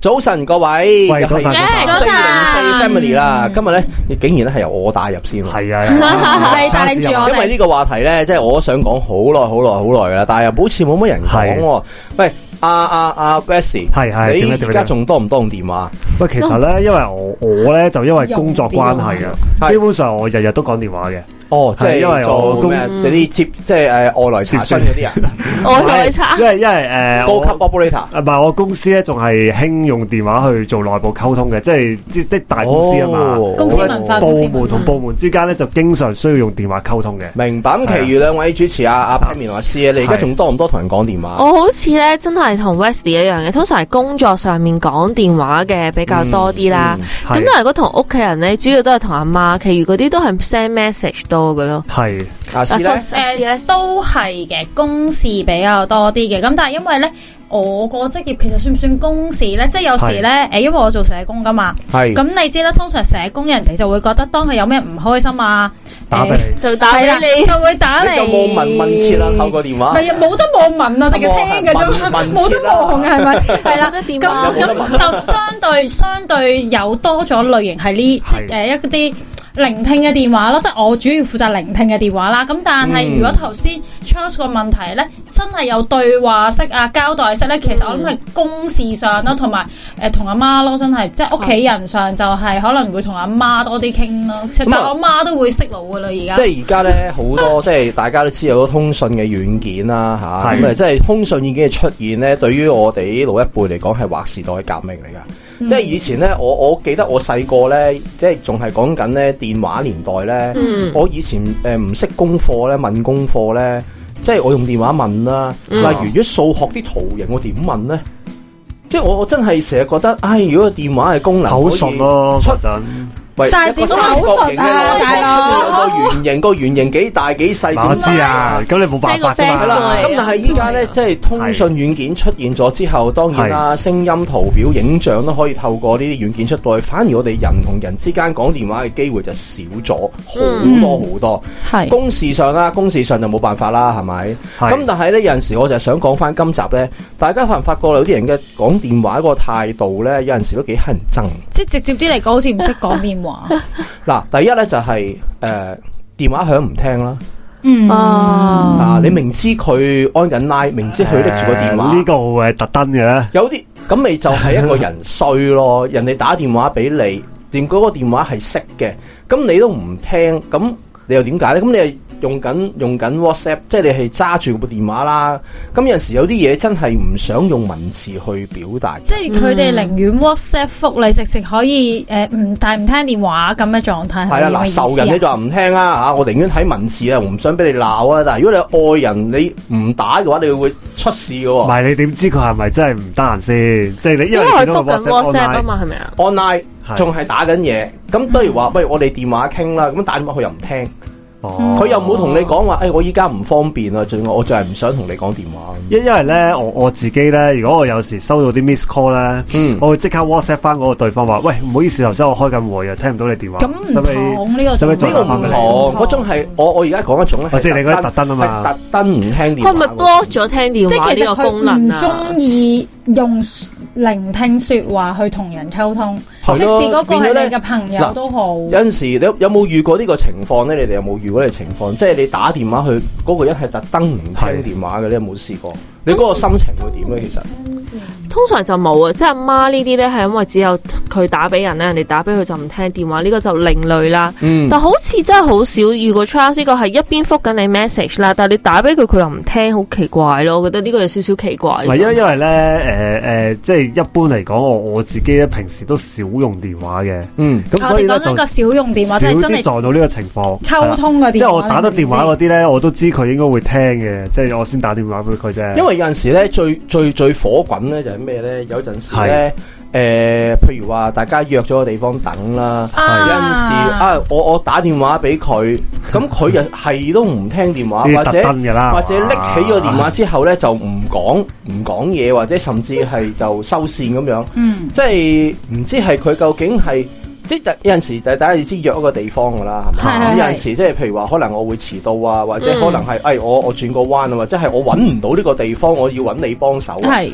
早晨各位，喂又早係晨嗯早晨四零四 family 啦，今日咧竟然咧係由我嗯帶入 先喎，係啊，係啊你帶領住我因為呢個話題咧，即係我都想講好耐、好耐、好耐啦，但係又好似冇乜人講喎。喂，阿阿阿 Bessie，係係點咧啊你點咧而家仲多唔多用電話？喂，其 實咧，因為我我咧就因為工作關係啊，係基本上我日日都講電話嘅，哦，即係因係為我做公咩？嗰啲接即係诶外來查詢嗰啲啊，我同你因為因為诶高級 operator。唔係我公司咧，仲係興用電話去做內部溝通嘅，即係即係大公司啊嘛，哦公司文化部門同部門之間咧就經常需要用電話溝通嘅。明白，咁係啊其餘兩位主持啊，阿 Pam 同阿 C 啊，你而家係仲多唔多同人講電啊話？我好似咧，真係同 Wesley 一樣嘅，通常係工作上面講電話嘅比較多啲啦。咁、嗯係但係如果同屋企人咧，主要都係同阿媽，其餘嗰啲都係 send message 多嘅咯。係阿 C 咧啊，誒、呃都係嘅，公事比較多啲嘅。咁但係因為咧，我個職業其實算唔算公事咧？即係有時咧，誒，因為我做社工噶嘛，係咁你知啦，通常社工人哋就會覺得當佢有咩唔開心啊，打俾誒你。就打係俾啦，你。就會打嚟。你有冇問問切啊？透過電話係啊，冇得望文啊，淨係聽嘅啫嘛望，冇得望啊，係咪？係啦，得咁電話有冇得問咁就相 對相對有多咗類型係呢，即係係誒一啲。聆聽嘅電話咯，即係我主要負責聆聽嘅電話啦。咁但係嗯如果頭先 Charles 個問題咧，真係有對話式啊、交代式咧，其實我諗係公事上咯，同埋誒同阿媽咯，真係即係屋企人上就係可能會同阿媽多啲傾咯。其實咁啊但我媽都會識腦噶啦，而家即。係而家咧好多，即係大家都知有好多通訊嘅軟件啦吓，係咁啊即係通訊軟件嘅出現咧，對於我哋老一輩嚟講係劃時代嘅革命嚟㗎。嗯即係以前咧，我我記得我細個咧，即係仲係講緊咧電話年代咧，嗯我以前誒唔識功課咧，問功課咧。即係我用電話問啦，嗯例如如果數學啲圖形，我點問咧？即係我我真係成日覺得，唉，如果個電話嘅功能口可以述咯，出嗰陣喂，但一係個點三口角述形嘅啊內大角出佬面有個圓形，個圓形幾大幾細嗱我點知啊，咁你冇辦法㗎係係啦啊，嘛。咁但係依家咧，即係通訊軟件出現咗之後，當然啦，聲音、圖表、影像都可以透過呢啲軟件出到去。反而我哋人同人之間講電話嘅機會就少咗嗯好多好多。係公事上啦，公事上就冇辦法啦，係咪？係咁但係咧，有陣時我就係想講翻今集咧，大家發唔發覺有啲人嘅講電話嗰個態度咧，有陣時都幾乞人憎。即係直接啲嚟講，好似唔識講電話。嗱，第一咧就係、呃電話響唔聽啦， 嗯哦，啊，你明知佢安緊拉，明知佢拎住個電話，誒哎呢個誒特登嘅咧，有啲咁咪就係一個人衰咯， 人哋打電話俾你，連嗰個電話係識嘅，咁你都唔聽，咁你又點解咧？咁你係用緊用緊 WhatsApp，即係你係揸住部電話啦。咁有陣時有啲嘢真係唔想用文字去表達。即係佢嗯哋寧願 WhatsApp 覆你，直直可以誒唔、但唔聽電話咁嘅狀態。係啦，嗱，仇人你就話唔聽啦吓，我寧願睇文字啊，我唔想俾你鬧啊。但係如果你愛人，你唔打嘅話，你會出事嘅唔喎。係你點知佢係咪真係唔得閒先？即係你因因為為你佢見到覆個緊 WhatsApp WhatsApp 啊 online，嘛，係咪啊？ online 係仲係打緊嘢，嗯咁不如話，喂，我哋電話傾啦。咁打電話佢又唔聽。哦佢又冇同你講話，誒、哎我依家唔方便啊，仲我就係唔想同你講電話。因因為咧，我我自己咧，如果我有時收到啲 miss call 咧，嗯我會即刻 WhatsApp 翻嗰個對方話：喂，唔好意思，頭先我開緊會啊，聽唔到你電話。咁使唔使唔同呢使個唔使呢再個打唔翻俾你？同，哦嗰種係我我而家講一種咧，我知你嗰啲特登啊嘛係特登唔聽電話嗰佢咪種。 block 咗聽即電話係其呢實個佢功唔能啊？中意用聆聽説話去同人溝通，係咯即使嗰個變咗係你咧嘅朋友都好。有陣時，你有有冇遇過呢個情況咧？你哋有冇遇過呢個情況？即係你打電話去嗰、個人係特登唔係聽電話嘅，你有冇試過？你嗰個心情會點咧？其實通常就冇啊，即係阿媽呢啲咧係因為只有佢打俾人咧，人哋打俾佢就唔聽電話，呢、個就另類啦。嗯但好似真係好少遇過 Charles 呢個係一邊覆緊你 message 啦，但係你打俾佢佢又唔聽，好奇怪咯。我覺得呢個有少少奇怪。唔哎係因啊為因為咧，誒、誒，即係一般嚟講，我我自己咧平時都少用電話嘅，嗯，咁我所以哋咧啊講就緊個少用電少話，即係真啲係撞到呢個情況。啊溝通嗰啲。即係我打得電話嗰啲咧，我都知佢應該會聽嘅，即係我先打電話俾佢啫。因為有陣時咧，最最最火滾咧就係咩咧？有陣時咧，誒、譬如話大家約咗個地方等啦。有陣時啊，啊，我我打電話俾佢，咁佢又係都唔聽電話，呢或啲特者登嘅啦，或者拎起個電話之後咧就唔講唔講嘢，或者甚至係就收線咁樣，嗯，即係唔知係佢究竟係即係有陣時就大家要知約一個地方㗎啦，係係咪？咁係係嗯有陣時即係譬如話，可能我會遲到啊，或者可能係誒、哎、我我轉個彎啊，或者係我揾唔到呢個地方，我要揾你幫手啊。係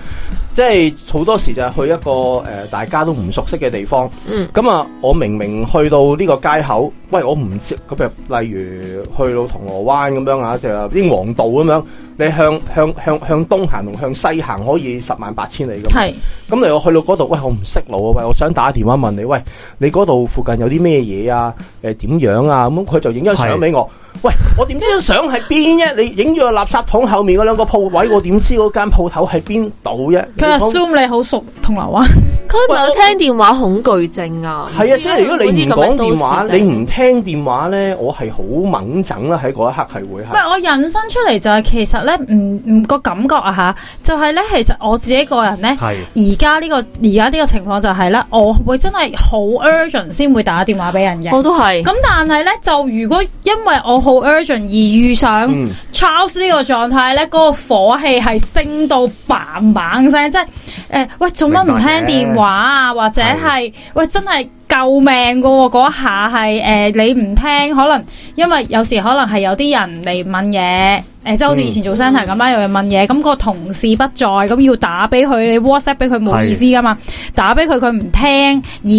即係好多時就係去一個誒、呃大家都唔熟悉嘅地方。嗯咁啊，我明明去到呢個街口，喂，我唔知咁譬如例如去到銅鑼灣咁樣啊，就係英皇道咁樣，你向向向向東行同向西行可以十萬八千里咁。係咁你我去到嗰度，喂，我唔識路啊，喂，我想打電話問你，喂，你嗰度附近有啲咩嘢啊？誒、點樣啊？咁佢就影張相俾我。喂，我點知張相係邊啫？你影咗個垃圾桶後面嗰兩個鋪位，我點知嗰間鋪頭喺邊度啫？你佢講 assume 你好熟啊銅鑼灣，佢係咪有聽電話恐懼症啊？係啊，即係如果你唔講電話，呢啲咁嘅都你市病唔聽電話咧，我係好猛整啦，喺嗰一刻係會唔係係。我引申出嚟就係其實咧，唔唔個感覺啊吓，就係咧其實我自己個人咧。係而家呢個而家呢個情況就係咧，我會真係好 urgent 先會打電話俾人嘅。我都係咁但係咧，就如果因為我好 urgent 而遇上嗯 Charles 呢個狀態咧，嗰、個火氣係升到砰砰聲，即係誒、呃喂，做乜唔明白嘅聽電話啊？或者係喂，真係救命噶喎！嗰一下係誒、你唔聽，可能因為有時可能係有啲人嚟問嘢。誒、即係好似以前做 s e n t e 咁啦，有人問嘢，咁、個同事不在，咁要打俾佢你，WhatsApp 俾佢冇意思噶嘛，打俾佢佢唔聽，而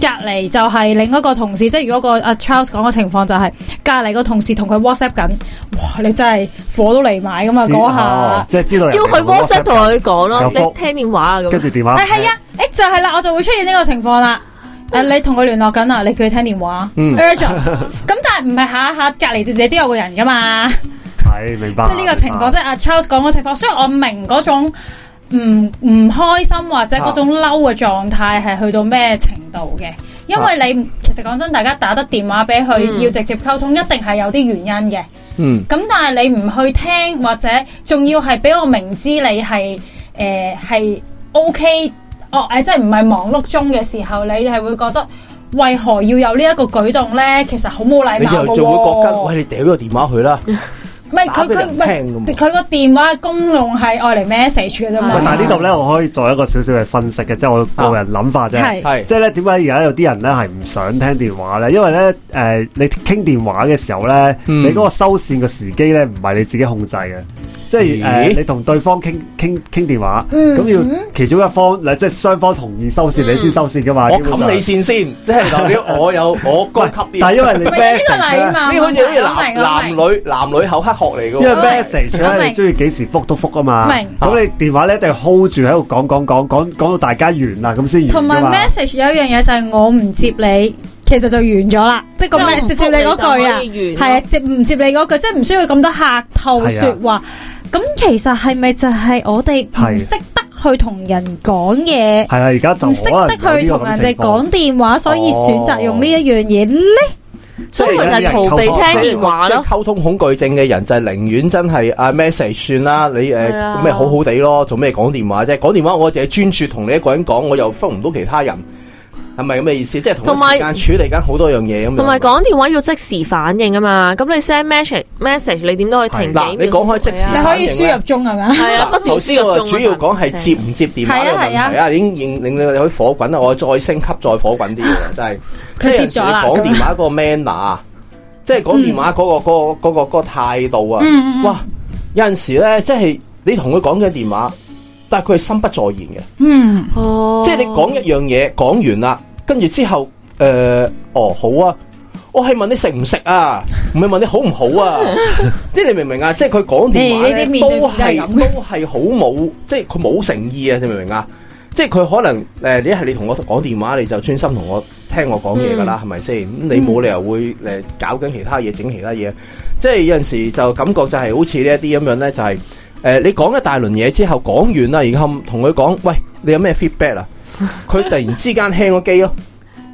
隔離就係另一個同事，即係如果個阿 Charles 講嘅情況就係、隔離個同事同佢 WhatsApp 緊，哇！你真係火都嚟埋噶嘛知嗰哦啊下。即係知道人要哋去會 WhatsApp 同佢講咯，有你覆聽電話啊跟咁。住電話誒係啊，誒就係啦，我就會出現呢個情況啦。誒，嗯你同佢聯絡緊啊？你叫佢聽電話嗯，urgent。咁但係唔係下下隔離你都有個人噶嘛？係明白，啊即係呢個情況，即係阿 Charles 講嗰情況。所以我明嗰種唔唔開心或啊者嗰種嬲嘅狀態係去到咩程度嘅。因啊為你其實講真，大家打得電話俾佢，嗯要直接溝通，一定係有啲原因嘅。嗯，咁但係你唔去聽，或者仲要係俾我明知你係誒係 O K，哦誒，即係唔係忙碌中嘅時候，你係會覺得為何要有呢一個舉動咧？其實好冇禮你貌就嘅就會覺得，喎。喂，你掉咗個電話去啦。唔係打佢俾佢人聽唔㗎嘛係佢個電話功用係愛嚟 message 嘅啫喂嘛。但係呢度咧，我可以做一個少少嘅分析嘅，即係我個人諗法啫。嗯係係即係咧，點解而家有啲人咧係唔想聽電話咧？因為咧，誒、你傾電話嘅時候咧，嗯你嗰個收線嘅時機咧，唔係你自己控制嘅。即係誒、咦你同對方傾傾傾電話，咁、嗯要其中一方，嗱即係雙方同意收線，你先收線噶嘛。我基本上冚你線先，即係代表我有我高級啲。但係因為你唔係呢個 message 禮咧，貌，呢好似好似男我明我男明女男女口黑學嚟因為嘅因為 message 我咧，明你中意幾時覆都覆啊嘛。明咁你電話咧一定 hold 住喺度講講講講講到大家完啦，咁先完同㗎埋嘛。 message 有一樣嘢就係我唔接你，其實就完咗啦，即係個即係我唔 message 接你嗰句啊，覆你就可以完係啊，接唔接你嗰句，即係唔需要咁多客套説話。咁其實係咪就係我哋唔係識得去同人講嘢，係啊，而家就唔識可能得去有呢同個咁嘅人哋情況講電話，所以選擇用呢一樣嘢呢？所以咪就係逃避聽電話即係咯。溝通恐懼症嘅人就係寧願真係啊 message 算啦，你誒係啊咁咪好好地咯，做咩講電話啫？講電話我淨係專注同你一個人講，我又分唔到其他人，係咪咁嘅意思？即係同一同埋時間處理緊好多樣嘢咁樣。同埋講電話要即時反應啊嘛，咁你 send message message 你點都可以停幾秒嗱你講開即時係你啊可以輸入中係咪 啊？係啊，不嗱，斷頭先我主要講係接接，唔接電話嘅問係啊題係啊，已經令令到你可以火滾啦，我再升級再火滾啲 嘅，真係。即係有佢陣接時咗啦嗯你講電話嗰個 manner，即啊係講電話嗰個嗰個嗰個嗰個態度啊嗯嗯，嗯哇！有陣時咧，即係你同佢講緊電話，但係佢係心不在焉嘅。嗯，哦，即係你講一樣嘢，講完啦，跟住之後，诶、哦，好啊，我係問你食唔食啊，唔係問你好唔好 啊，即係你明唔明啊？即係佢講電話你呢咧，啲面對都面都係係咁都係好冇，即係佢冇誠意啊，你明唔明啊？即係佢可能诶、誒你一係你同我講電話，你就專心同我聽我講嘢噶啦，係咪先？咁你冇理由會诶、搞緊其他嘢，整其他嘢。即係有阵时就感覺就係好似呢一啲咁樣咧，就係呃你講一大輪嘢之後講完啦，然後同佢講，喂，你有咩 feedback 啊？佢突然之間 hang 個機咯，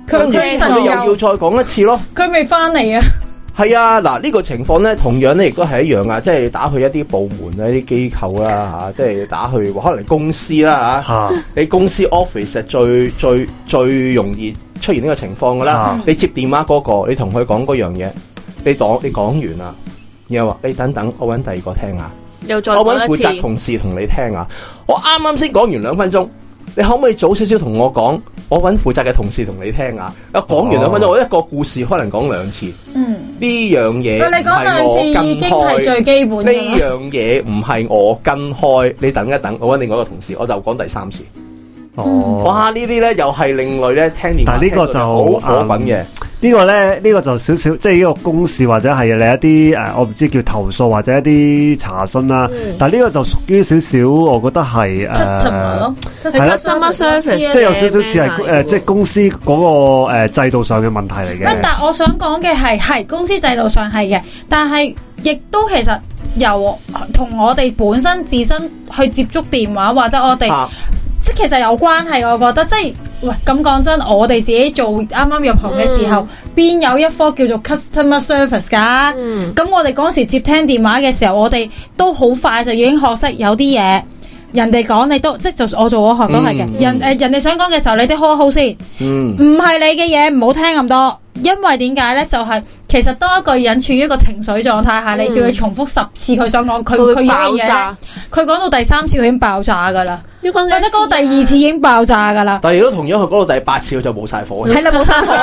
跟住佢之後你又要再講一次咯。佢未翻嚟啊！係啊，嗱呢個情況咧，同樣咧亦都係一樣啊，即係打去一啲部門啊、一啲機構啦吓，即係打去可能公司啦吓，吓。你公司 office 係最最最容易出現呢個情況噶啦啊。你接電話嗰、個，你同佢講嗰樣嘢，你講你講完啦，然後話你等等，我揾第二個聽下。啊又再我揾講負一責次，同事同你聽啊！我啱啱先講完兩分鐘，你可唔可以早少少同我講？我揾負責嘅同事同你聽啊！一講完兩分鐘，哦我一個故事可能講兩次。呢嗯，樣嘢喂唔你講係兩次我已跟經係開最，基本呢㗎啦樣嘢唔係我跟開。你等一等，我揾另外一個同事，我就講第三次。哦，哇！呢啲咧又係另類咧，聽電話但係呢聽到個就好嗯火滾嘅。呢個咧，呢、個就少少，即係呢個公事或者係你一啲誒、呃我唔知叫投訴或者一啲查詢啦。嗯但係呢個就屬於少少，我覺得係誒， customer 咯啊係啦 customer service 即係有少少似係咩誒，即係公司嗰、個、呃、制度上嘅問題嚟喂，嘅。但我想講嘅係係公司制度上係嘅，但係亦都其實由同我哋本身自身去接觸電話或者我哋。啊即係其實有關係，我覺得即係喂咁講真，我哋自己做啱啱入行嘅時候，嗯邊、有一科叫做 customer service 㗎？咁、嗯我哋嗰時接聽電話嘅時候，我哋都好快就已經學識有啲嘢。人哋講你都即係就我做嗰行都係嘅，嗯人誒、呃人哋想講嘅時候，你都 hold 好先，嗯唔係你嘅嘢唔好聽咁多，因為點解呢？就係、其實當一個人處於一個情緒狀態下，你嗯叫佢重複十次佢想講佢佢佢會要爆嘅嘢呢炸，佢講到第三次佢已經爆炸㗎啦。要講或者嗰個第二啊次已經爆炸㗎啦，但係如果同樣去嗰度第八次，我就冇晒火氣。係啦冇生火。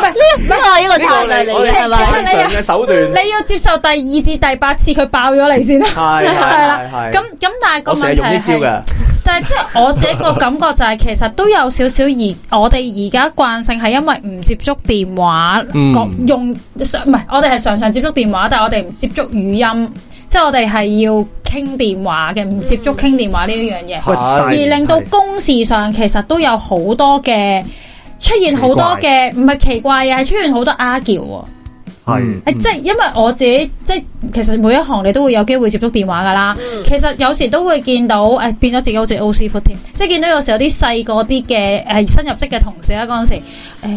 唔係呢呢個係一呢個個策略我嚟哋嘅係咪？正常嘅手段，啊你要接受第二至第八次佢爆咗你先啦，係係係啦係。係咁咁但係個我成問日題用呢招係，嘅。但係即係我自己個感覺就係其實都有少少而我哋而家慣性係因為唔接觸電話，嗯講用上唔係我哋係常常接觸電話，但係我哋唔接觸語音，即係我哋係要傾電話嘅，唔接觸傾電話呢一樣嘢。喂但而係令到公事上其實都有好多嘅出現好多嘅唔係奇怪嘅，係出現好多阿叫喎。係誒即係因為我自己即係其實每一行你都會有機會接觸電話㗎啦。其實有時都會見到誒、哎、變咗自己好似 O C 闊添，即係見到有時有啲細個啲嘅誒新入職嘅同事啦啊嗰陣時，誒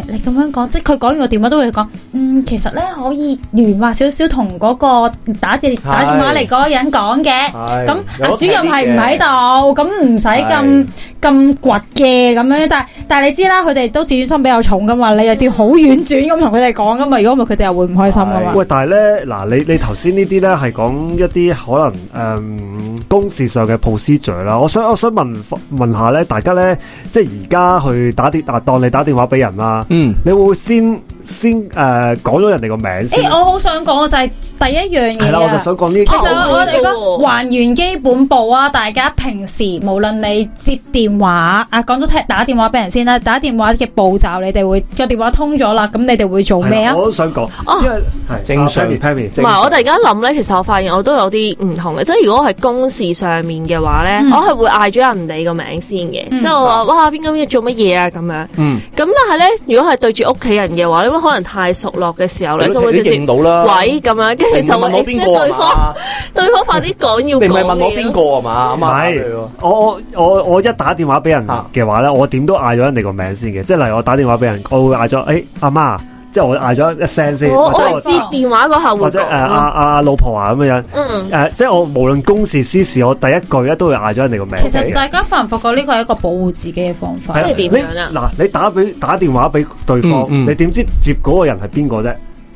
你咁樣講，即係佢講完個電話都會講，嗯其實咧可以圓滑少少同嗰個打電打電話嚟嗰個人講嘅。係咁有阿得主任係睇唔嘅喺度，咁唔使咁咁倔嘅咁樣，但係但係你知啦，佢哋都自尊心比較重噶嘛，你又要好婉轉咁同佢哋講噶嘛，如果唔係佢哋又會唔開心噶嘛。喂，但係咧，嗱，你你頭先呢啲咧係講一啲可能誒、嗯公事上嘅 procedure 啦。我想我想問問下咧，大家咧，即係而家去打電啊，當你打電話俾人啦，嗯，你會唔會先先誒講咗人哋個名誒、先？我好想講嘅就係第一樣係啦，嘢我就啊。想講呢其個實哦我哋講喎還原基本步啊，大家平時無論你接電話啊，講咗聽打電話俾人先啦，打電話嘅步驟你哋會個電話通咗啦，咁你哋會哦做係啦咩啊？我都想講，因為係啊正常 p a m m y 正唔係，我突然間諗咧，其實我發現我都有啲唔同嘅，即係如果我係公事上面嘅話咧，我係會嗌咗人哋個名先嘅，嗯即係我話哇邊個邊個做乜嘢啊咁樣。嗯，咁但係咧，如果係對住屋企人嘅話咧，因為可能太熟絡嘅時候咧，你就都會直接認到啦。喂咁樣，跟你住就唔會問我 expect 邊個啊對方嘛？對方快啲講要你唔係講問我嘢邊咯個啊嘛？唔啱啱係啱我我我我一打電話俾人啊嘅話咧，我點都嗌咗人哋個名先嘅，即係例如我打電話俾人，我會嗌咗誒阿媽，即係我嗌咗一聲先，我或者哦我我係接電話嗰下會或者誒呃阿講，阿老婆啊咁樣。嗯誒、即係我無論公事私事，我第一句咧都會嗌咗人哋個名其嘅。實大家發唔發覺呢個係一個保護自己嘅方法？係啦即係點樣啊你嗱，你打俾打電話俾對方，嗯嗯你點知接嗰個人係邊個啫？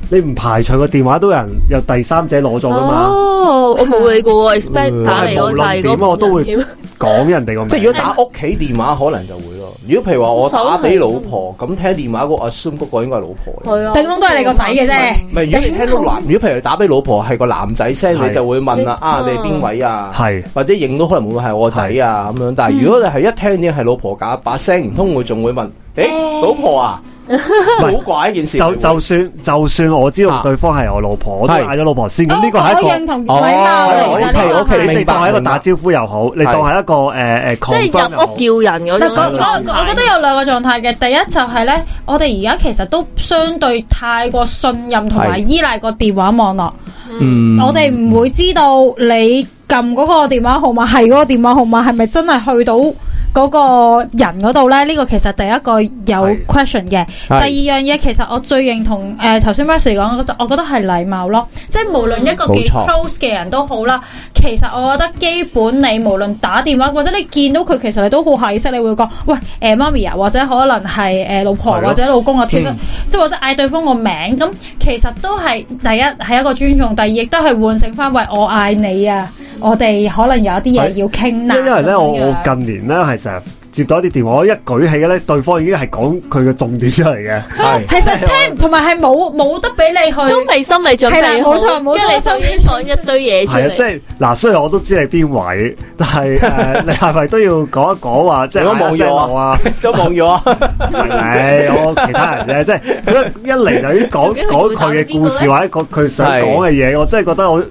你唔排除個電話都有人有第三者攞咗噶嘛？哦，我冇理過喎，expect 嗯打嚟嗰個無掣論嗰點啊我都會個人點講人哋個名，即係如果打屋企電話，可能就會咯。如果譬如話我打俾老婆，咁聽電話嗰個 assume 嗰個應該係老婆嚟。係啊，頂籠都係你個仔嘅啫唔係，如果你聽到男，如果譬如打俾老婆係個男仔聲，係你就會問啦：你啊，你係邊位啊？係或者認到可能會唔會係我仔啊咁樣。但係如果你係一聽已經係老婆架把聲，唔通會仲會問：誒，老婆啊，好怪一件事。就就算就算我知道對方係我老婆，我都啊係嗌咗老婆先。咁哦呢個係一我個認哦同禮貌嚟㗎，呢 OK，個 OK，係你明白當係一個明白打招呼又好，你當係一個誒誒即 confirm 又好係入屋叫人嗰嗯嗱，種我狀態。我我覺得有兩個狀態嘅，第一就係咧，我哋而家其實都相對太過信任同埋係依賴個電話網絡，嗯我哋唔會知道你撳嗰個電話號碼係嗰個電話號碼係咪真係去到嗰個人嗰度咧？呢、個其實第一個有係 question 嘅。第二樣嘢其實我最認同誒頭先 Wesley 講嗰個，我覺得係禮貌咯，即係無論一個幾冇錯 close 嘅人都好啦，其實我覺得基本你無論打電話或者你見到佢，其實你都好下意識，你會講喂誒媽咪啊，或者可能係誒、呃老婆係咯或者老公啊，其實嗯即係或者嗌對方個名咁，其實都係第一係一個尊重，第二亦都係喚醒翻喂我嗌你啊，我哋可能有一啲嘢係要傾啦，因因為咧，我咁樣我近年咧係成日接到一啲電話，我一舉起咧，對方已經係講佢嘅重點出嚟嘅。系其實聽同埋係冇冇得俾你去，都未心理準係啦備好，冇錯冇錯跟住你就已經講一堆嘢出係啊，即嚟。係嗱，雖然我都知你邊位，但 係誒，呃你係咪都要講一講話，即係如果冇嗌一聲咗我啊？ 都冇咗，係我其他人啫，即係一一嚟就已經講 究竟講佢佢嘅故事會或者講佢想講嘅嘢，我真係覺得我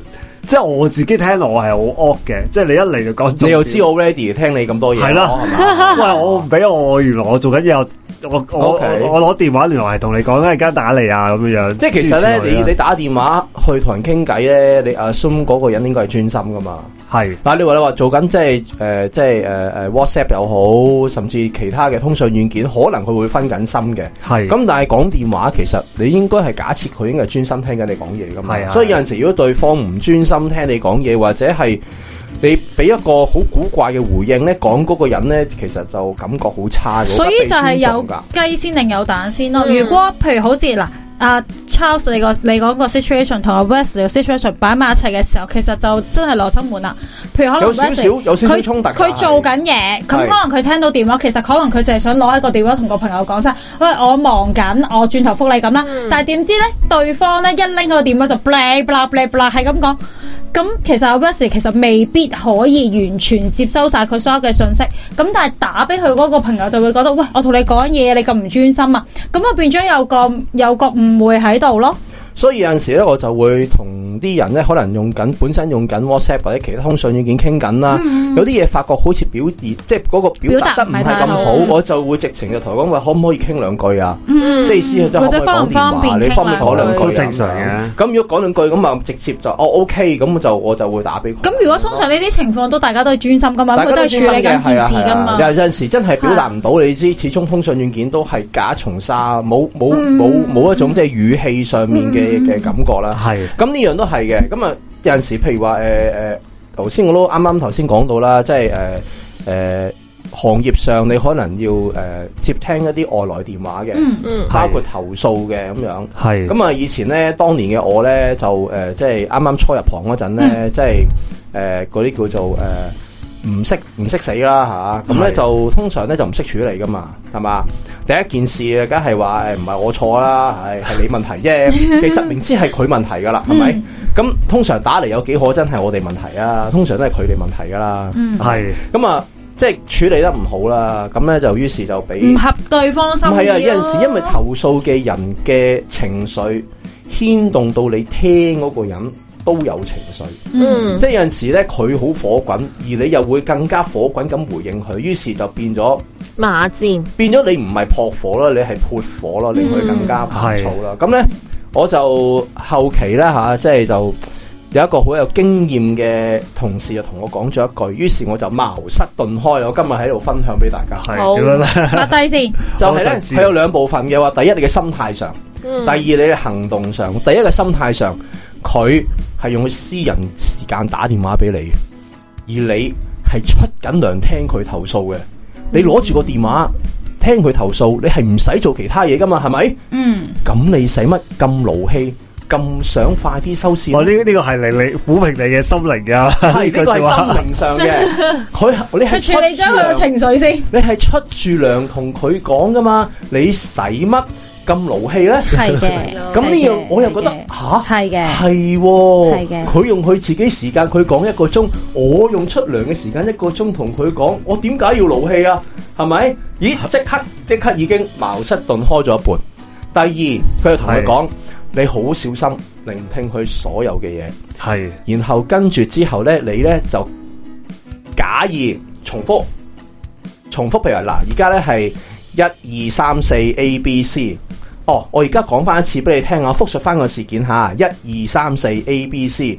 即係我自己聽落我係好惡嘅，即係你一嚟就講重點，你又知我 ready 聽你咁多嘢，係啦係嘛 喂，我唔俾我，原來我做緊嘢，我我我 OK 我我攞電話，原來係同你講一陣間打你啊咁啊樣樣。即係其實咧，諸如此類你啦你打電話去同人傾偈咧，你 assume 嗰個人應該係專心噶嘛。係但係你話你話做緊即係誒即係誒誒 WhatsApp 又好，甚至其他嘅通訊軟件，可能佢會分緊心嘅。係咁但係講電話，其實你應該係假設佢應該係專心聽緊你講嘢噶係啊嘛。所以有陣時如果對方唔專心聽你講嘢，或者係你俾一個好古怪嘅回應咧，講嗰個人咧，其實就感覺好差嘅。所以就係係有噶。雞先定有蛋先咯。嗯如果譬如好似嗱。阿 Charles 你個你嗰個 situation 同阿 West 嘅 situation 擺埋一齊嘅時候，其實就真係羅生門啦。譬如可能有少 Wesley 少有少少佢衝突㗎佢係做緊嘢，咁係可能佢聽到電話，其實可能佢就係想攞一個電話同個朋友講聲，喂，我忙緊，我轉頭覆你咁啦。嗯但係點知咧，對方咧一拎個電話就 bla bla bla bla 係咁講。咁其實阿 West 其實未必可以完全接收晒佢所有嘅信息，咁但係打俾佢嗰個朋友就會覺得，喂，我同你講嘢，你咁唔專心啊，咁啊變咗有個有個誤會喺度咯。所以有陣時咧，我就會同啲人咧，可能用緊本身用緊 WhatsApp 或者其他通訊軟件傾緊啦。有啲嘢發覺好似表現，即係嗰個表達得唔係咁嗯表達唔係太好好，我就會直情就同佢講：喂，可唔可以傾兩句啊？嗯即係意思係即係可唔可以講電或者方唔方便話？傾你方便講兩句都啊正常嘅。咁如果講兩句咁啊，直接就哦 OK，咁就我就會打俾佢。咁如果通常呢啲情況都大家都係專心噶嘛，咁佢都係處理緊件事係噶啊嘛。啊有陣時真係表達唔到，你知始終通訊軟件都係假重沙，冇冇嗯冇冇一種即係語氣上面嘅嘅感覺啦。係咁呢樣都係嘅。咁啊，有陣時譬如話誒誒，呃頭、先我都啱啱頭先講到啦，即係誒誒行業上你可能要誒、呃接聽一啲外來電話嘅，嗯嗯包括投訴嘅咁樣。係咁啊，以前咧，當年嘅我咧就誒、呃即係啱啱初入行嗰陣嗯咧，即係誒嗰啲叫做誒。呃唔識唔識死啦吓，咁、咧嗯係就通常咧就唔識處理噶嘛，係嘛？第一件事啊，梗係話誒唔係我錯啦，係係你問題啫。 其實明知係佢問題噶啦，係嗯咪？咁、通常打嚟有幾可真係我哋問題啊？通常都係佢哋問題噶啦。嗯，係咁啊、即係處理得唔好啦，咁咧就於是就俾唔合對方心唔意係啊，有咯陣時因為投訴嘅人嘅情緒牽動到你聽嗰個人都有情緒，嗯即係有陣時咧佢好火滾，而你又會更加火滾咁回應佢，於是就變咗馬戰，變咗你唔係撲火啦，你係潑火咯，令佢更加煩躁啦。咁咧、我就後期啦吓、即係就有一個好有經驗嘅同事就同我講咗一句，於是我就茅塞頓開，我今日喺度分享俾大家。係好點樣 咧？抹低先，就係我咧，就知佢有兩部分嘅話，第一你嘅心態上，嗯第二你嘅行動上。第一嘅心態上，佢係用佢私人時間打電話俾你，而你係出緊糧聽佢投訴嘅。你攞住個電話聽佢投訴，你係唔使做其他嘢噶嘛？係咪？嗯，咁你使乜咁勞氣，咁想快啲收線我？呢呢個係令你撫平你嘅心靈㗎。係呢個係句說話心靈上 嘅，佢你係佢處理咗出佢糧嘅情緒先，你係出住糧同佢講噶嘛？你使乜咁勞氣咧？係嘅。咁呢係嘅樣我又覺得係嘅吓係嘅係係喎，嘅佢用佢自己時間，佢講一個鐘，我用出糧嘅時間一個鐘同佢講，我點解要勞氣啊？係咪？咦，即刻即刻已經茅塞頓開咗一半。第二，佢又同佢講，你好小心聆聽佢所有嘅嘢，係然後跟住之後咧，你咧就假意重複重複，譬如話嗱，而家咧係一二三四 A B C。哦，我而家講翻一次俾你聽啊，複述翻個事件吓，一二三四 A B C，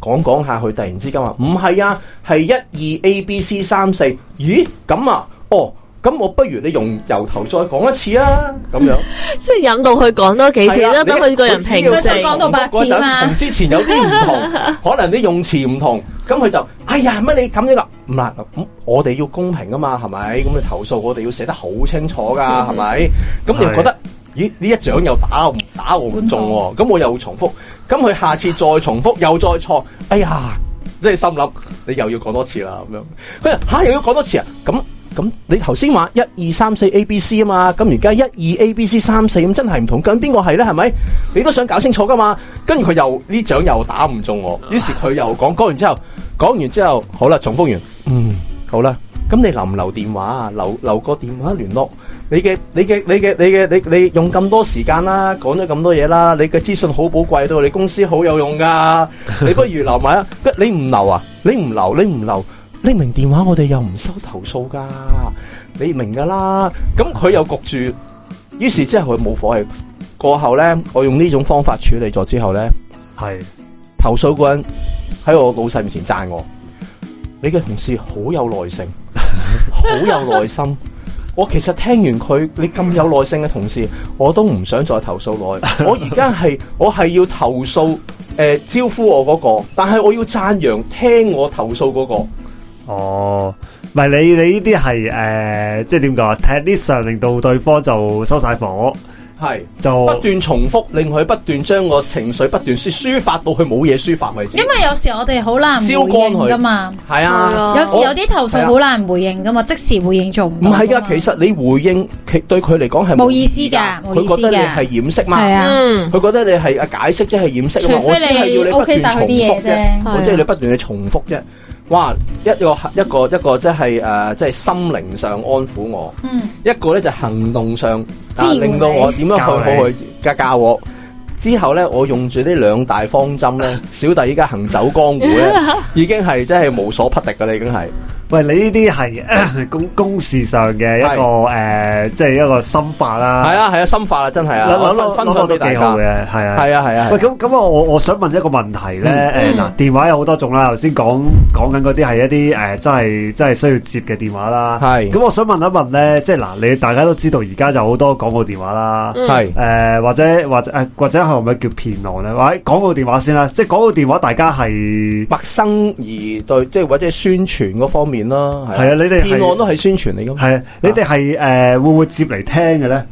講講下佢突然之間話唔係啊，係一二 A B C 三四，咦咁啊，哦，咁我不如你用由頭再講一次啊，咁樣。即係引導佢講多幾次，係啦都等佢個人平啊佢知道靜。講到白痴嘛同之前有啲唔同，可能啲用詞唔同，咁佢就哎呀乜你咁樣啦，唔啦咁我哋要公平啊嘛，係咪？咁你投訴我哋要寫得好清楚噶，係咪？咁你又覺得嗯咦呢一掌又打唔打我唔中喎，咁我又重複，咁佢下次再重複又再錯，哎呀，即係心諗你又要講多次啦咁樣，佢話吓又要講多次啊，咁咁你頭先話一二三四 A B C 啊嘛，咁而家一二 A B C 三四咁真係唔同，咁邊個係咧？係咪？你都想搞清楚噶嘛？跟住佢又呢獎又打唔中我，於是佢又講，講完之後，講完之後，好啦，重複完，嗯，好啦，咁你留唔留電話啊？留留個電話聯絡。你嘅你嘅你嘅你嘅你你用咁多時間啦，講咗咁多嘢啦，你嘅資訊好寶貴，對我哋公司好有用噶。你不如留埋啊！你唔留啊？你唔留，你唔留，匿名電話我哋又唔收投訴噶，你明噶啦。咁佢又焗住，於是之後佢冇火氣。過後咧，我用呢種方法處理咗之後咧，係投訴嗰人喺我老細面前讚我，你嘅同事好有耐 性，好有耐心。我其實聽完佢你咁有耐性嘅同事，我都唔想再投訴 耐。我而家係我係要投訴诶、呃招呼我嗰、個，但係我要讚揚聽我投訴嗰、個。哦，唔係你你呢啲係诶，即係點講啊？踢呢上令到對方就收晒火，係就不斷重複，令佢不斷將個情緒不斷抒抒發到佢冇嘢抒發為止因。為有時我哋好難燒回乾應佢噶嘛，係啊，有時我有啲投訴好難回應噶嘛，即時回應做唔唔到嘛係噶，啊其實你回應其對佢嚟講係冇意思㗎㗎佢覺得你冇意思㗎係掩飾嘛。係啊，嗯，佢覺得你係啊解釋即係掩飾啊嘛，除我只係非要你你不 OK 晒斷佢重啲嘢複啫。啫，啊我即係你不斷去重複啫。哇！一個一個一個即係誒，即係心靈上安撫我；嗯，一個咧就行動上支啊，援你令到我點樣去教好你去教教我。之後咧，我用住呢兩大方針 咧，小弟依家行走江湖咧，已經係真係無所匹敵噶啦，已經係。喂，你呢啲係 公公事上嘅一個誒，即係一個心法啦。係啊係啊，心法啦，真係啊，諗，我諗分諗分諗享都俾大幾家。好嘅，係啊。係啊係啊。喂，咁咁我我我想問一個問題咧，誒嗱、嗯電話有好多種啦，頭先講講緊嗰啲係一啲誒、真係真係需要接嘅電話啦。係咁我想問一問咧，即係嗱，你大家都知道而家就好多廣告電話啦。嗯係誒、或者或者誒、或者係咪叫騙案咧？或者廣告電話先啦，即係廣告電話，大家係陌生而對，即係或者係宣傳嗰方面啦，係係啊你哋係騙案都係宣傳嚟噶嘛，係你哋係誒會唔會接嚟聽嘅咧？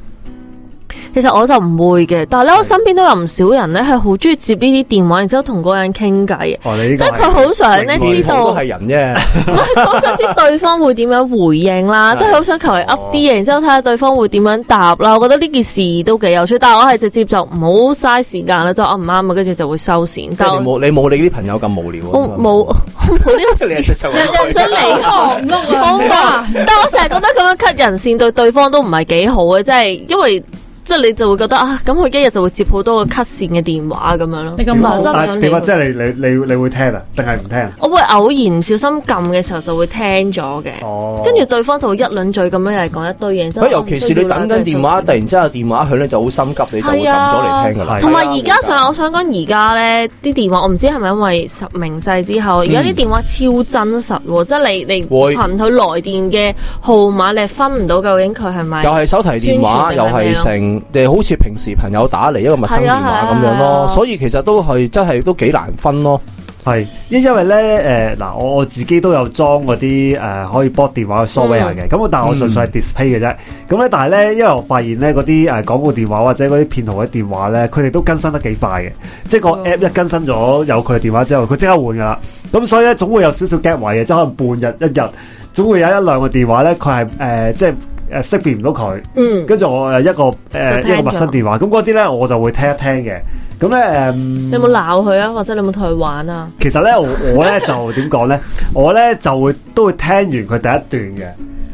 其實我就唔會嘅，但係咧，我身邊都有唔少人咧係好中意接呢啲電話，然之後同嗰個人傾偈嘅。哦，你呢即個係佢好想咧面知孔都道，係人啫。 好想知對方會點樣回應啦， 即係好想求其噏啲嘢，然之後睇下對方會點樣答啦。我覺得呢件事都幾有趣，但係我係直接就唔好嘥時間啦，就我唔啱啊，跟住就會收線。即但係你我冇你冇你啲朋友咁無聊啊。我冇 我冇呢 個你係時出手 人哋唔想理我，忙碌好啊嘛？但我成日覺得咁樣 cut 人線對對方都唔係幾好啊嘅，即係因為即係你就會覺得啊，咁佢一日就會接好多個 cut 線嘅電話咁樣咯。你咁電忙話我真係但想電話理佢即係你你你你會聽啊，定係唔聽？我會偶然唔小心撳嘅時候就會聽咗嘅，哦，跟住對方就會一輪嘴咁樣又係講一堆嘢。之後咁尤其是你等緊電話，突然之間有電話響咧，就好心急，你就會撳咗嚟聽㗎啦。係啊同埋而家上，我想講而家咧啲電話，我唔知係咪因為實名制之後，而家啲電話超真實喎，即係你你會憑佢來電嘅號碼，你係分唔到究竟佢係咪啊又係手提電話，宣傳又定係咩係咯成，誒好似平時朋友打嚟一個陌生電話咁樣係啊係啊咯，所以其實都係真係都幾難分咯。係，因因為咧誒嗱，我我自己都有裝嗰啲誒可以撥電話嘅 software 嗯嘅，咁、但係我純粹係 display 嘅啫。咁咧，但係咧，因為我發現咧嗰啲誒廣告電話或者嗰啲騙徒嘅電話咧，佢哋都更新得幾快嘅，即係個嗯 app 一更新咗有佢嘅電話之後，佢即刻換㗎啦。咁所以咧，總會有少少 gap 位嘅，即係可能半日一日，總會有一兩個電話咧，佢係誒即係誒識別唔到佢。嗯。跟住我誒一個誒、就聽咗一個陌生電話，咁嗰啲咧我就會聽一聽嘅。咁咧誒，嗯你有冇鬧佢啊？或者你有冇同佢玩啊？其實咧我我咧就點講咧，我咧就會都會聽完佢第一段嘅，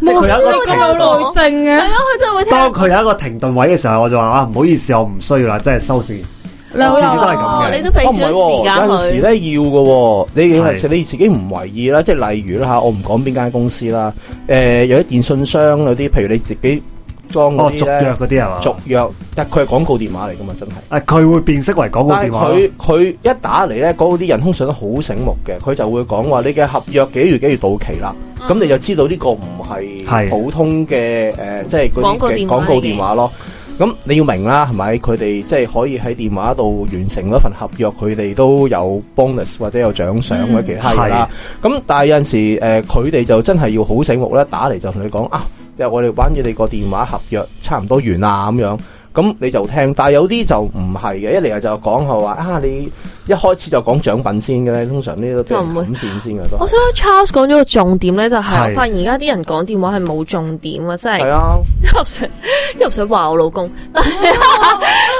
即係佢有一個停咁頓。有耐性係啊嘅，咯，佢真係會聽。當佢有一個停頓位嘅時候，我就話啊唔好意思，我唔需要啦，真係收線。你好有次次都係咁哦嘅你都俾我唔係咗喎，時間有陣時佢。咧要嘅喎，你係其實你自己唔為意啦，即係例如啦嚇，我唔講邊間公司啦，誒、有啲電信商有啲，譬如你自己裝哦嗰，續啲約咧，嗰啲係嘛？續約，但佢係廣告電話嚟噶嘛，真係。啊，佢會辨識為廣告但係電話咯。佢佢一打嚟咧，嗰啲人通常都好醒目嘅，佢就會講話你嘅合約幾月幾月到期啦，嗯咁、你就知道呢個唔係係普通嘅誒、呃即係嗰啲廣告嘅電話廣告電話咯。咁你要明啦，係咪？佢哋即係可以喺電話度完成嗰份合約，佢哋都有 bonus 或者有獎賞嗯或者其他嘢啦。咁、但係有陣時誒，呃佢、哋就真係要好醒目咧，打嚟就同你講啊，即係我哋玩住你個電話合約差唔多完啦咁樣。咁你就聽。但係有啲就唔係嘅，一嚟就講係話啊，你一開始就講獎品先嘅咧，通常呢啲都俾人就唔會冚線先嘅都我。想講 Charles 講咗個重點咧，就係、係我發現而家啲人講電話係冇重點啊，真係係啊，一 入上一入上話我老 公，但係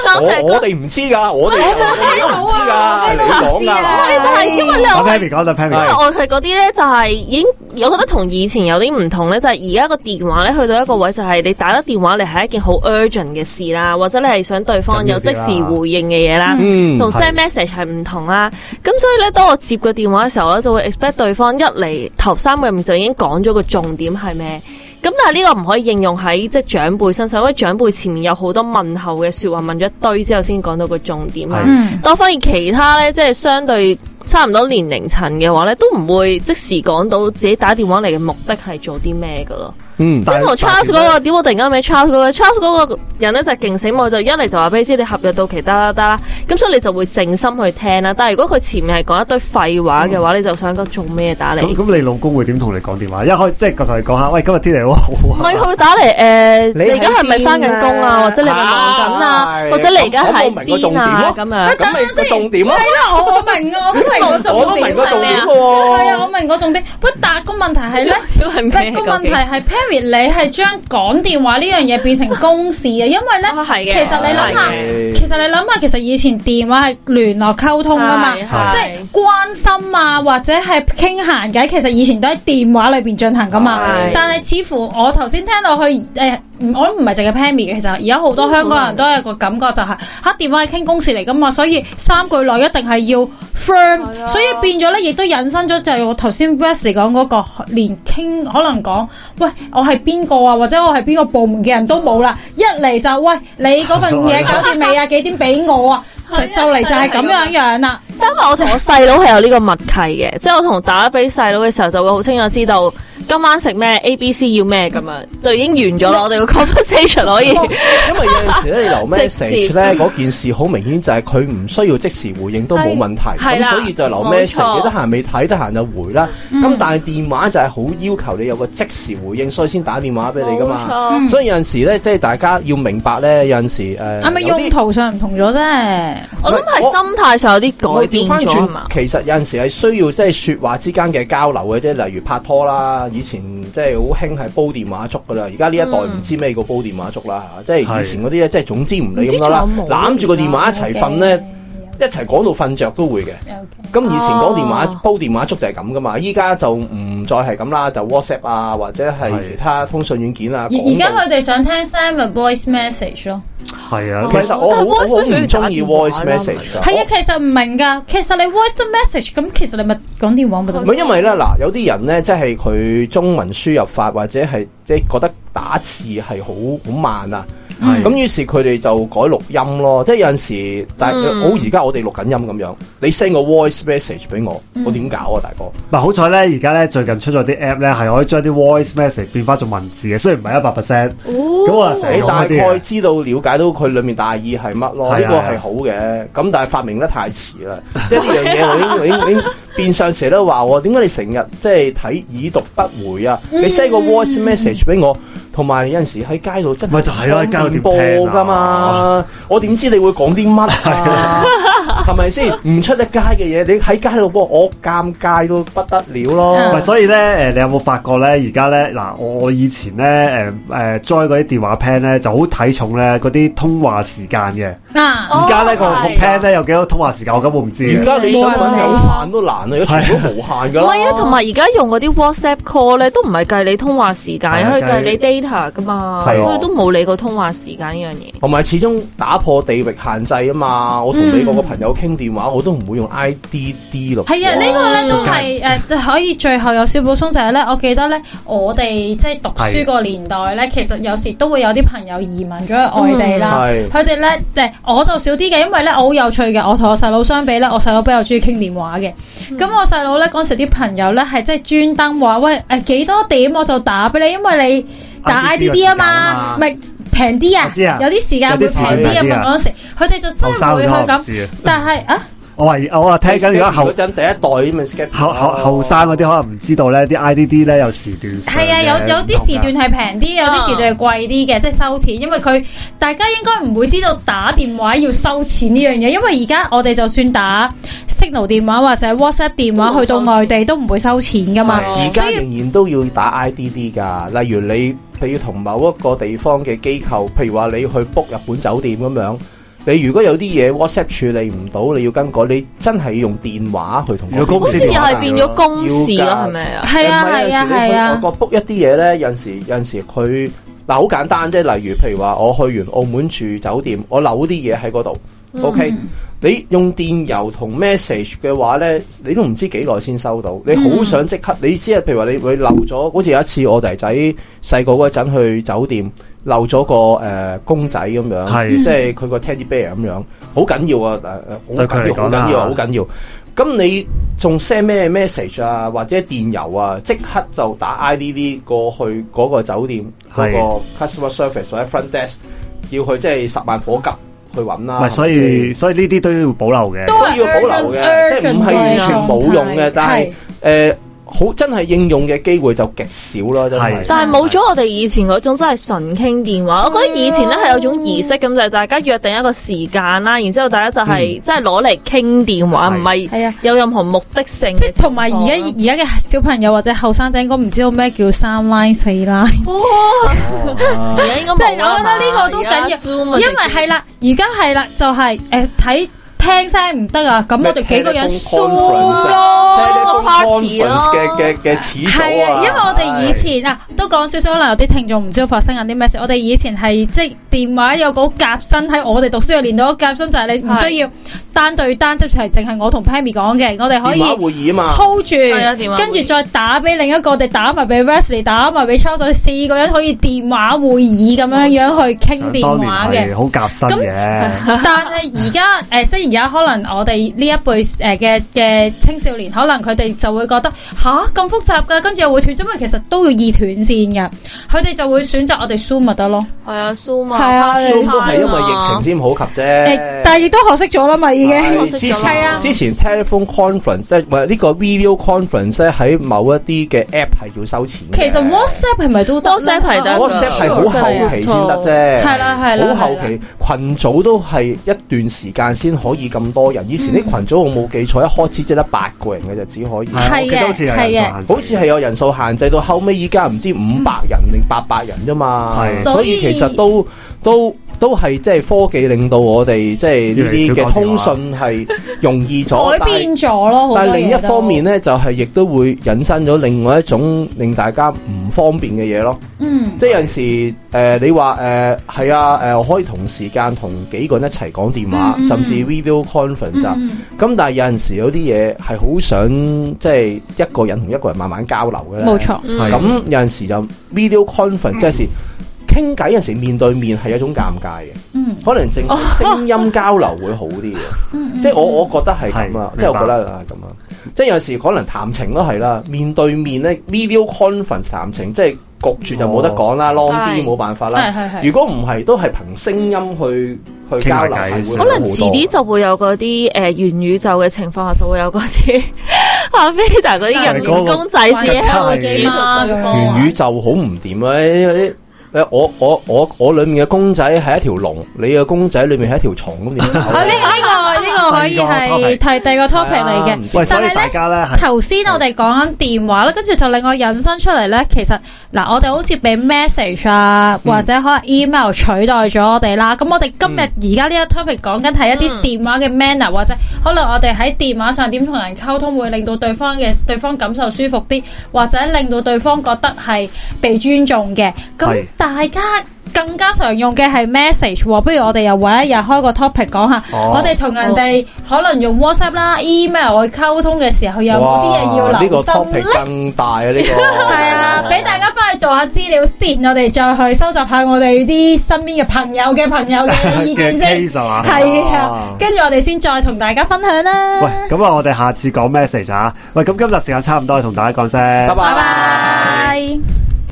但我我成日覺我哋唔知噶， 我哋我哋都唔知噶，你講噶。得係因為咧阿我 Pammy 講，阿 Pammy 係講我係嗰啲咧，就係已經，我覺得同以前有啲唔同咧，就係而家個電話咧，去到一個位就係你打咗電話，你係一件好 urgent 嘅事啦，或者你係想對方有即時回應嘅嘢啦，嗯同係 send message 係唔同啦。咁所以咧，當我接個電話嘅時候咧，就會 expect 對方一嚟頭三個入面就已經講咗個重點係咩。咁但係呢個唔可以應用喺即係長輩身上，因為長輩前面有好多問候嘅説話，問咗一堆之後先講到個重點啊係。啦嗯，我反而其他咧，即係相對差唔多年齡層嘅話咧，都唔會即時講到自己打電話嚟嘅目的係做啲咩噶咯。嗯即係同 Charles 嗰、個點，我突然間名 Charles 嗰、個 Charles 嗰個人咧就勁醒我，就一嚟就話俾你知你合約到期得啦得啦，咁所以你就會靜心去聽啦。但係如果佢前面係講一堆廢話嘅嗯話，你就想講做咩打嚟？咁唔咁，你老公會點同你講電話？一開即係同你講下，喂，今日天氣好好啊！係佢會打嚟誒，呃你你而家係咪翻緊工喺邊啊啊？或者你係咪忙緊啊啊？或者你而家咁我喺明個重邊點啊咯？咁樣。咁咪個重點咯係，啦，我我明啊，我都明個我都明個重重點，點係喎。啊，我明個重點。不，但係個問題係 咧。咁係咩不過問題係 Perry，你係將講電話呢樣嘢變成公事嘅，因為咧，啊係嘅其實你諗下係，其實你諗下，其實以前電話係聯絡溝通噶嘛，係係即啊係關心啊，或者係傾閒偈，其實以前都喺電話裏邊進行噶嘛係。但係似乎我頭先聽到佢誒、嗯我都唔係淨係 Pammy 嘅，其實而家好多香港人都有個感覺就係、吓電話係傾公事嚟噶嘛，所以三句內一定係要 firm，、係啊所以變咗咧，亦都引申咗就係我頭先 Wesley 講嗰、個連傾可能講，喂，我係邊個啊，或者我係邊個部門嘅人都冇啦，一嚟就喂你嗰份嘢搞掂未啊，幾點俾我啊，就就嚟就係咁樣樣啦。因為我同我細佬係有呢個默契嘅，即係我同打俾細佬嘅時候就會好清楚知道今晚食咩，A、B、C 要咩咁樣，就已經完咗啦。我哋個 conversation 可以因為有陣時咧，你留 直 message 接咧，嗰件事好明顯就係佢唔需要即時回應都冇問題，係係咁啦所以就留冇 message，錯嗯你得閒未睇，得閒就回啦。咁但係電話就係好要求你有個即時回應，所以先打電話俾你噶嘛。冇錯嗯所以有陣時咧，即係大家要明白咧，有陣時誒，呃係啊咪有啲用途上唔同咗啫？我諗係心態上有啲改變翻咗係嘛？其實有陣時係需要即係説話之間嘅交流嘅啫，例如拍拖啦，以前即係好興係煲電話粥噶啦，而家呢一代嗯唔知咩叫煲電話粥啦，即係以前嗰啲咧，即係總之唔理咁多啦唔知仲有冇，攬住個電話一齊瞓咧，一齊講到瞓着都會嘅。咁以前講電話哦煲電話粥就係咁噶嘛，依家就唔再係咁啦，就 WhatsApp 啊或者係係其他通訊軟件啊。而而家講到佢哋想聽 Sam 嘅 voice message 咯，係啊，其實我好但係我好 voice message 唔中意要打電話 voice 啦 message 㗎。係啊，其實唔明㗎。其實你 voice 咗 message，咁其實你咪講電話咪得唔係啊因為咧，嗱有啲人咧，即係佢中文輸入法或者係即係覺得打字係好好慢啊，係咁於是佢哋就改錄音咯。即係有陣時，但係嗯好而家我哋錄緊音咁樣，你 send 個 voice message 俾我，我點搞啊，大哥？嗱，好彩咧，而家咧最近出咗啲 app 咧，係可以將啲 voice message 變翻做文字嘅，雖然唔係一百 percent，咁哦我成日你用大嗰概啲嘅知道了解到佢裡面大意係乜咯？係呢啊個係係啊好嘅，咁但係發明得太遲啦。 即係呢樣嘢，我已經我已經變相成日都話我，點解你成日即係睇已讀不回啊？嗯你 send 個 voice message 俾我，同埋有陣時喺街度真咪就係咯喺街度點播聽啊㗎嘛？我點知你會講啲乜 啊？係咪先？唔出得街嘅嘢，你喺街度播，我尷尬到不得了 喂，咯。所以咧，誒，你有冇發覺咧？而家咧，嗱，我我以前咧，誒誒 join 嗰啲電話 plan 咧，就好睇重咧嗰啲通話時間嘅。啊！哦而家咧個個係 plan 咧有幾多通話時間，我根本唔知嘅。而家你想揾有限都難啊，而家全部都無限㗎唔啦。係啊，同埋而家用嗰啲 WhatsApp call 咧，都唔係計你通話時間，係啊佢計計你 data 噶嘛，係啊所以都冇理過通話時間呢樣嘢。同埋始終打破地域限制啊嘛，我同美國個朋友傾電話，我都唔會用 IDD 咯。係啊，呢個咧都係誒可以最後有少補充就係咧，我記得咧我哋即係讀書個年代咧，其實有時都會有啲朋友移民咗去外地啦嗯係。佢哋咧誒我就少啲嘅，因為咧我好有趣嘅，我同我細佬相比咧，我細佬比較中意傾電話嘅。咁我細佬咧嗰時啲朋友咧係即係專登話喂誒幾多點我就打俾你，因為你。打 I D D 啊嘛，咪平啲啊我知啊，有啲時間會平啲啊嘛嗰陣時，佢哋就真係會去咁，但係啊，我係我話聽緊而家後嗰陣第一代咁咪 skip 後後後生嗰啲可能唔知道咧，啲 I D D 咧有時段上嘅係啊，有有啲時段唔係平啲，啊有啲時段係貴啲嘅，即係收錢。因為佢大家應該唔會知道打電話要收錢呢樣嘢，因為而家我哋就算打 Signal 電話或者 WhatsApp 電話，去到外地都唔會收錢噶嘛。而所家以仍然都要打 IDD 㗎，例如你譬如同某一個地方嘅機構，譬如話你去 book 日本酒店咁樣，你如果有啲嘢 WhatsApp 處理唔到，你要更改，你真係要用電話去同嗰如果個公好司似電又話係變咗公事要啦，㗎係咪啊？係啊，係啊，係啊。我覺 book 一啲嘢咧，有陣時有陣時佢嗱好簡單啫，例如譬如話我去完澳門住酒店，我扭啲嘢喺嗰度，OK。你用電郵同 message 嘅話咧，你都唔知幾耐先收到。你好想即刻，你知係譬如話你會漏咗，好似有一次我仔仔細個嗰陣去酒店漏咗個誒、呃公仔咁樣，係即係佢個 teddy bear 咁樣，好緊要啊！誒誒，對好佢緊要，好嚟講緊啦要啊，好緊要。咁你仲 send 咩 message 啊，或者電郵啊，即刻就打 IDD 過去嗰個酒店嗰、個 customer service 或者 front desk，要去即係十萬火急去揾啦。係所係咪以先所以呢啲都要保留嘅。都要保留嘅，即係唔係完全冇用嘅，但係誒呃好真係應用嘅機會就極少咯，真係係。但係冇咗我哋以前嗰種真係啊純傾電話，我覺得以前咧係有種儀式咁，就係大家約定一個時間啦，然之後大家就係即係攞嚟傾電話，係唔係啊嗯係有任何目的性嘅即係情況啦。同埋而家而家嘅小朋友或者後生仔應該唔知道咩叫三 line 四 line。哦而家應該即係冇啊啦我覺得呢個都而家緊要 Zoom 啊因為係啦，而家係啦，就係誒睇聽聲唔得啊，咁我哋幾個人 s 咯。啊 Telephone conference 嘅嘅嘅始祖係啊，因為我哋以前啊，都講少少，可能有啲聽眾唔知道發生緊啲咩事。我哋以前係即係電話有個夾心喺我哋讀書嘅年代，個夾心就係你唔需要單對單，即係淨係我同 Pammy 講嘅，我哋可電以話。會議啊嘛， hold 住啊電話，會跟住再打俾另一個，我哋打埋俾 Wesley，打埋俾 Charles，我哋四個人可以電話會議咁樣樣去傾想電當年話嘅係。好夾身嘅，但係而家誒，即係而家可能我哋呢一輩誒嘅嘅青少年，可能佢哋就會覺得吓咁複雜㗎，跟住又會斷，因為其實都要易斷線嘅，佢哋就會選擇我哋 Zoom 咪得咯。係啊，Zoom 啊，係啊 Zoom 都係因為疫情先普及誒啫，。但係亦都學識咗啦嘛，已經係之前係啊之前 telephone conference 即係唔係呢個 video conference 咧，喺某一啲嘅 app 係要收錢嘅。其實 WhatsApp 係咪都得呢 WhatsApp 係得㗎 WhatsApp 係好啊後期先得啫，係啦係啦好後期群組都係一段時間先可以咁多人。以前嗯啲群組我冇記錯，一開始只得八個人嘅就只可以，係啊我記得好似有人係上啊限制好似係有人數限制到後尾依家唔知五百人定八百人啫嘛。係嗯所以其實都都都係即係科技令到我哋即係呢啲嘅通訊係容易咗，改變咗咯，好多但嘢係另一都方面，咧，就係、亦都會引申咗另外一種令大家唔方便嘅嘢咯。嗯。即係有陣時，誒、你話誒係啊，誒、我可以同時間同幾個人一齊講電話，嗯甚至 video conference 啊。嗯咁、但係有陣時有啲嘢係好想即係一個人同一個人慢慢交流嘅。冇。嗯錯，係咁有陣時就 video conference 即係時傾偈，有陣時面對面係一種尷尬嘅，嗯可能淨係聲音交流會好啲嘅。嗯，即係我我覺得係咁啊，係即係我明白覺得係咁啊，即係有時可能談情都係啦，面對面咧 video conference 談情，即係焗住就冇得講哦啦，long 啲係冇辦法係啦。係係。如果唔係，都係憑聲音去去交流，傾下係偈會先好可能好遲多啲就會有嗰啲誒元宇宙嘅情況下，就會有嗰啲 阿菲達嗰啲人面公仔自己喺度自己同對啊方元宇宙好唔掂啊！誒我我我我裏面嘅公仔係一條龍，你嘅公仔裏面係一條蟲咁點搞 啊呢呢個呢個可以係提第二個 topic 嚟嘅。喂，所但係以呢大家咧係頭先我哋講緊電話啦，跟住就另外引申出嚟咧。其實嗱，我哋好似俾 message 啊，或者可能 email 取代咗我哋啦。咁我哋今日而家呢個 topic 講緊係一啲電話嘅 manner，或者可能我哋喺電話上點同人溝通，會令到對方嘅對方感受舒服啲，或者令到對方覺得係被尊重嘅。咁係大家。更加常用嘅係 message 喎，不如我哋又揾一日開個 topic 講下，哦我哋同人哋可能用 WhatsApp 啦、email 去溝通嘅時候，有有冇啲嘢要哇呢個留心 topic 咧？更大啊！呢個係啊，俾大家翻去做下資料先，我哋再去收集下我哋啲身邊嘅朋友嘅朋 友嘅意見嘅先 case。係嘛？係哦啊，跟住我哋先再同大家分享啦。喂，咁啊，我哋下次講 message 啊。喂，咁今日時間差唔多，同大家講聲，拜拜拜。拜。